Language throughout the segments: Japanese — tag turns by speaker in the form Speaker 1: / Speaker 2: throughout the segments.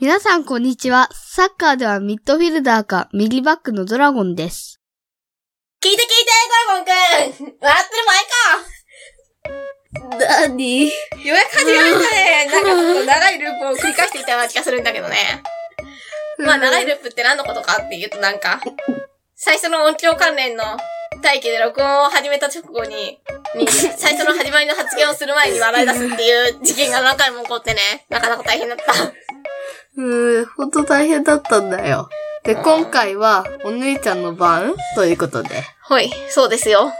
Speaker 1: 皆さんこんにちは。サッカーではミッドフィルダーか右バックのドラゴンです。
Speaker 2: 聞いて聞いて、ゴイゴンくん笑ってる場合かなにようやく始めましたね。なんかちょっと長いループを繰り返していたような気がするんだけどね。まあ長いループって何のことかっていうとなんか、最初の音響関連の待機で録音を始めた直後 に、に最初の始まりの発言をする前に笑い出すっていう事件が何回も起こってね、なかなか大変だった。
Speaker 3: うーん、ほんと大変だったんだよ。で、今回は、お姉ちゃんの番ということで。
Speaker 2: ほい、そうですよ。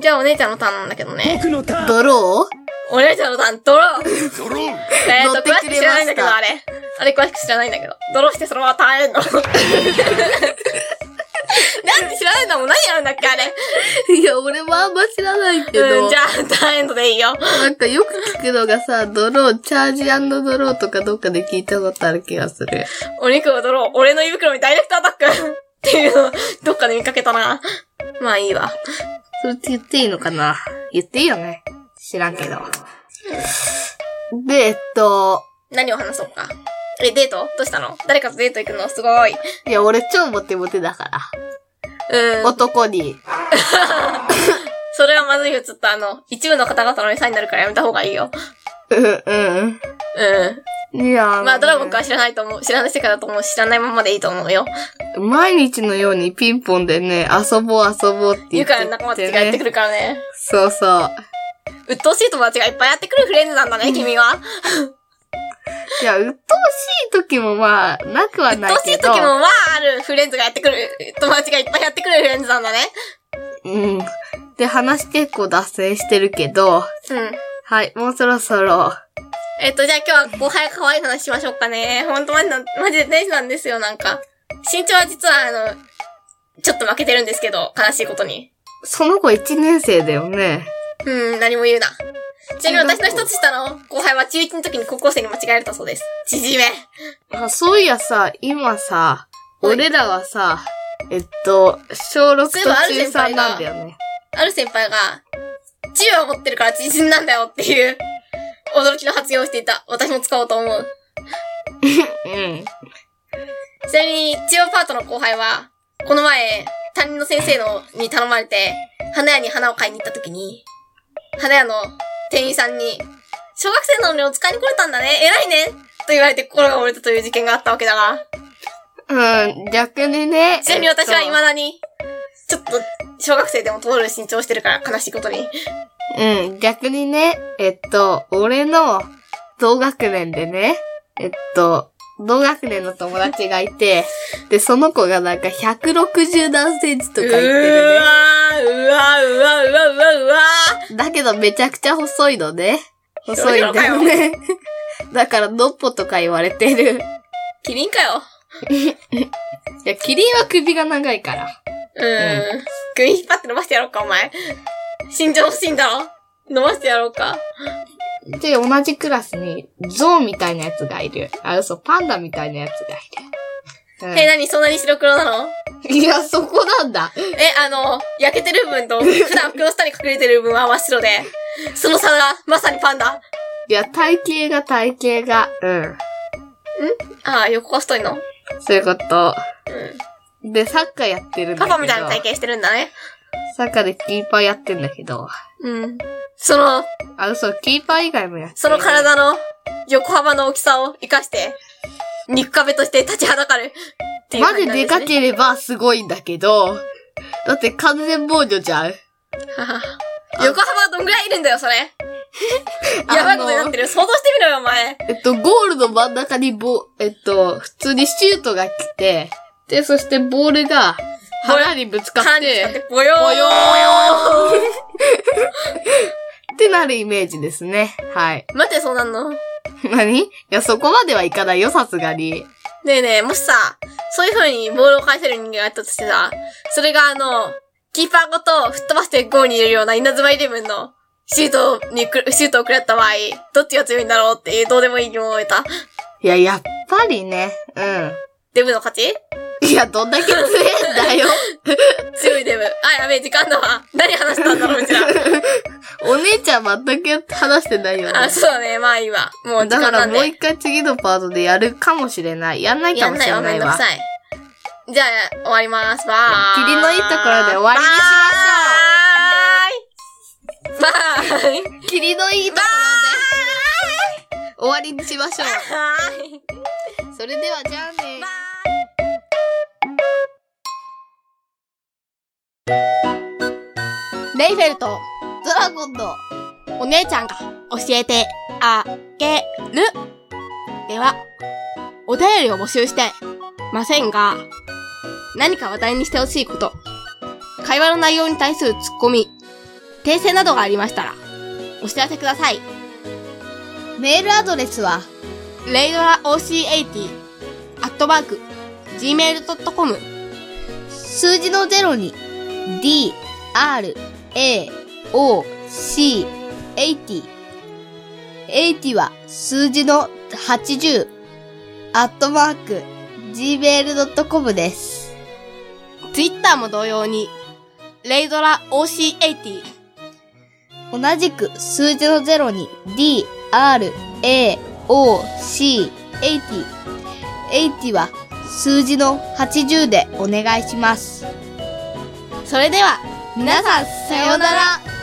Speaker 2: じゃあお姉ちゃんのターンなんだけどね。
Speaker 3: ドロ
Speaker 2: お姉ちゃんのターン、ドローえー
Speaker 3: 乗
Speaker 2: と、
Speaker 3: って
Speaker 2: 詳
Speaker 3: くれ
Speaker 2: しく
Speaker 3: ました
Speaker 2: 知らないんだけど、あれ。あれ詳しく知らないんだけど。ドローしてそのまま耐える の。なんで知らないんだもん何やるんだっけあれ。
Speaker 3: ー いや、俺もあんま知らないけど、
Speaker 2: うん、じゃあ、耐えるのでいいよ。
Speaker 3: なんかよく聞くのがさ、ドロー、チャージドローとかどっかで聞いたことある気がする。
Speaker 2: お肉をドロー、俺の胃袋にダイレクトアタックっていうのを、どっかで見かけたな。まあいいわ。
Speaker 3: それって言っていいのかな言っていいよね。知らんけど。で、えっと、
Speaker 2: 何を話そうか。え、デートどうしたの誰かとデート行くのすごい。う
Speaker 3: いや、俺超モテモテだから。
Speaker 2: ーん。
Speaker 3: 男に。
Speaker 2: それはまずいよ。ちょっとあの、一部の方々の餌になるからやめた方がいいよ。
Speaker 3: うん、
Speaker 2: う
Speaker 3: うん。いや、
Speaker 2: ん。まあ、ドラゴン君
Speaker 3: か
Speaker 2: は知らないと思う。知らない世界だと思うし。知らないままでいいと思うよ。
Speaker 3: 毎日のようにピンポンでね、遊ぼう遊ぼうって言
Speaker 2: ゆ
Speaker 3: って
Speaker 2: かの
Speaker 3: きて、ね。
Speaker 2: 仲間たちがやってくるからね。
Speaker 3: そうそう。
Speaker 2: 鬱陶しい友達がいっぱいやってくるフレンズなんだね、君は。
Speaker 3: いや、鬱陶しい時もまあ、なくは
Speaker 2: 鬱
Speaker 3: ない
Speaker 2: 陶しい
Speaker 3: け
Speaker 2: 時
Speaker 3: ど。
Speaker 2: もまああるフレンズがやってくる、友達がいっぱいやってくるフレンズなんだね。
Speaker 3: うん。で、話結構脱線してるけど、
Speaker 2: うん。
Speaker 3: はい、もうそろそろ。
Speaker 2: えっと、じゃあ今日は後輩可愛い話しましょうかね。ほんとマジな、マジで天使なんですよ、なんか。身長は実はあの、ちょっと負けてるんですけど、悲しいことに。
Speaker 3: その子1年生だよね。
Speaker 2: うん、何も言うな。ちなみに私の一つ下の後輩は中1の時に高校生に間違えられたそうです。縮め。
Speaker 3: あそういやさ、今さ、
Speaker 2: はい
Speaker 3: 俺らはさ、えっと、小6と
Speaker 2: そういえばある
Speaker 3: 中
Speaker 2: 先輩
Speaker 3: 3
Speaker 2: が
Speaker 3: なんだよね。
Speaker 2: ある先輩が、銃を持ってるから縮んなんだよっていう、驚きの発言をしていた。私も使おうと思う。
Speaker 3: うん。
Speaker 2: ちなみに、中央パートの後輩は、この前、担任の先生のに頼まれて、花屋に花を買いに行った時に、花屋の店員さんに、小学生なのにお使いに来れたんだね、偉いねと言われて心が折れたという事件があったわけだが、
Speaker 3: うん、逆にね。
Speaker 2: ちなみに私は
Speaker 3: えっ
Speaker 2: 未だに、ちょっと、小学生でも通る身長してるから悲しいことに。
Speaker 3: うん、逆にね、えっと、俺の同学年でね、えっと、同学年の友達がいて、で、その子がなんか160何センチとか言ってるね。
Speaker 2: うーわー、うわー、うわー、うわー、うわー。
Speaker 3: だけどめちゃくちゃ細いのね。細いんだよね。 だから、のっぽとか言われてる。
Speaker 2: キリンかよ。
Speaker 3: いや、キリンは首が長いから。
Speaker 2: うん。首引っ張って伸ばしてやろうか、お前。身長欲しいんだろ伸ばしてやろうか。
Speaker 3: で、同じクラスに、ゾウみたいなやつがいる。あ、嘘、パンダみたいなやつがい
Speaker 2: え、
Speaker 3: る。
Speaker 2: なにそんなに白黒なの
Speaker 3: うん、いや、そこなんだ。
Speaker 2: え、あの、焼けてる 分と、普段服の下に隠れてる分は真っ白で、その差がまさにパンダ。
Speaker 3: いや、体型が体型が。うん。
Speaker 2: ああ、横が太いの。
Speaker 3: そういうこと。
Speaker 2: うん。
Speaker 3: で、サッカーやってるんだ
Speaker 2: パ
Speaker 3: けど。
Speaker 2: パみたいな体型してるんだね。
Speaker 3: サッカーでキーパーやってんだけど。
Speaker 2: うん。その、
Speaker 3: あ、嘘、キーパー以外もやってる
Speaker 2: その。体の横幅の大きさを活かして、肉壁として立ちはだかる。っていう
Speaker 3: マ
Speaker 2: 感じ
Speaker 3: ジ
Speaker 2: なん
Speaker 3: です
Speaker 2: ね
Speaker 3: かければすごいんだけど。だって完全防御じゃん。
Speaker 2: はは 横幅はどんぐらいいるんだよ、それ。
Speaker 3: あの
Speaker 2: やばいことになってる。想像してみろよ、お前。
Speaker 3: えっと、ゴールの真ん中にボ、えっと、普通にシュートが来て、で、そしてボールが腹にぶつかっ
Speaker 2: 感じ
Speaker 3: て、
Speaker 2: ぼよー
Speaker 3: ぼよ
Speaker 2: ー
Speaker 3: ってなるイメージですね。はい。
Speaker 2: 待って、そうなんの
Speaker 3: 何いや、そこまではいかないよ、さすがに。
Speaker 2: ねえねえ、もしさ、そういう風にボールを返せる人間がいたとしてさ、それがあの、キーパーごと吹っ飛ばしてゴーに入れるような稲妻イレブンのシュートにく、シュートを食らった場合、どっちが強いんだろうっていうどうでもいい疑問を得た。
Speaker 4: いや、やっぱりね。う
Speaker 2: デブの勝ち
Speaker 4: ん。いや、どんだけ強えんだ よ。
Speaker 2: 強いデブ。あ、やべえ、時間だわ。何話したんだろ う、うちら。
Speaker 4: お姉ちゃん全く話してないよね。
Speaker 2: あ、そうだね。まあいいわ。もう時
Speaker 4: だ
Speaker 2: 間
Speaker 4: か
Speaker 2: な
Speaker 4: ら
Speaker 2: ん
Speaker 4: もう
Speaker 2: で。
Speaker 4: 一回次のパートでやるかもしれない。やんない
Speaker 2: や
Speaker 4: か
Speaker 2: ん
Speaker 4: も
Speaker 2: な
Speaker 4: し
Speaker 2: い
Speaker 4: れ
Speaker 2: わ、
Speaker 4: な
Speaker 2: めん
Speaker 4: い
Speaker 2: どく
Speaker 4: わ。
Speaker 2: さい。じゃあ、終わります。バーイ。
Speaker 4: 霧のいいところで終わりにし
Speaker 2: ましょう。バーイ。バーイ。
Speaker 4: 霧のいいところで終わりにしましょう。
Speaker 2: Bye.
Speaker 4: それではじゃあね。
Speaker 2: Bye.
Speaker 5: 「レイフェルと
Speaker 4: ドラゴンの
Speaker 5: お姉ちゃんが教えてあげる」ではお便りを募集してませんが何か話題にしてほしいこと会話の内容に対するツッコミ訂正などがありましたらお知らせください
Speaker 3: メールアドレスは、
Speaker 5: レイドラ OC80 アットマーク gmail.com
Speaker 3: 数字の0に、d, r, a, o, c, 80。80は数字の80、アットマーク、gmail.com です。
Speaker 5: Twitter も同様にレイドラ OC80
Speaker 3: 同じく数字の0に D, R, A, O, C, 80。80は数字の80でお願いします。
Speaker 5: それでは
Speaker 3: 皆さん、
Speaker 5: さようなら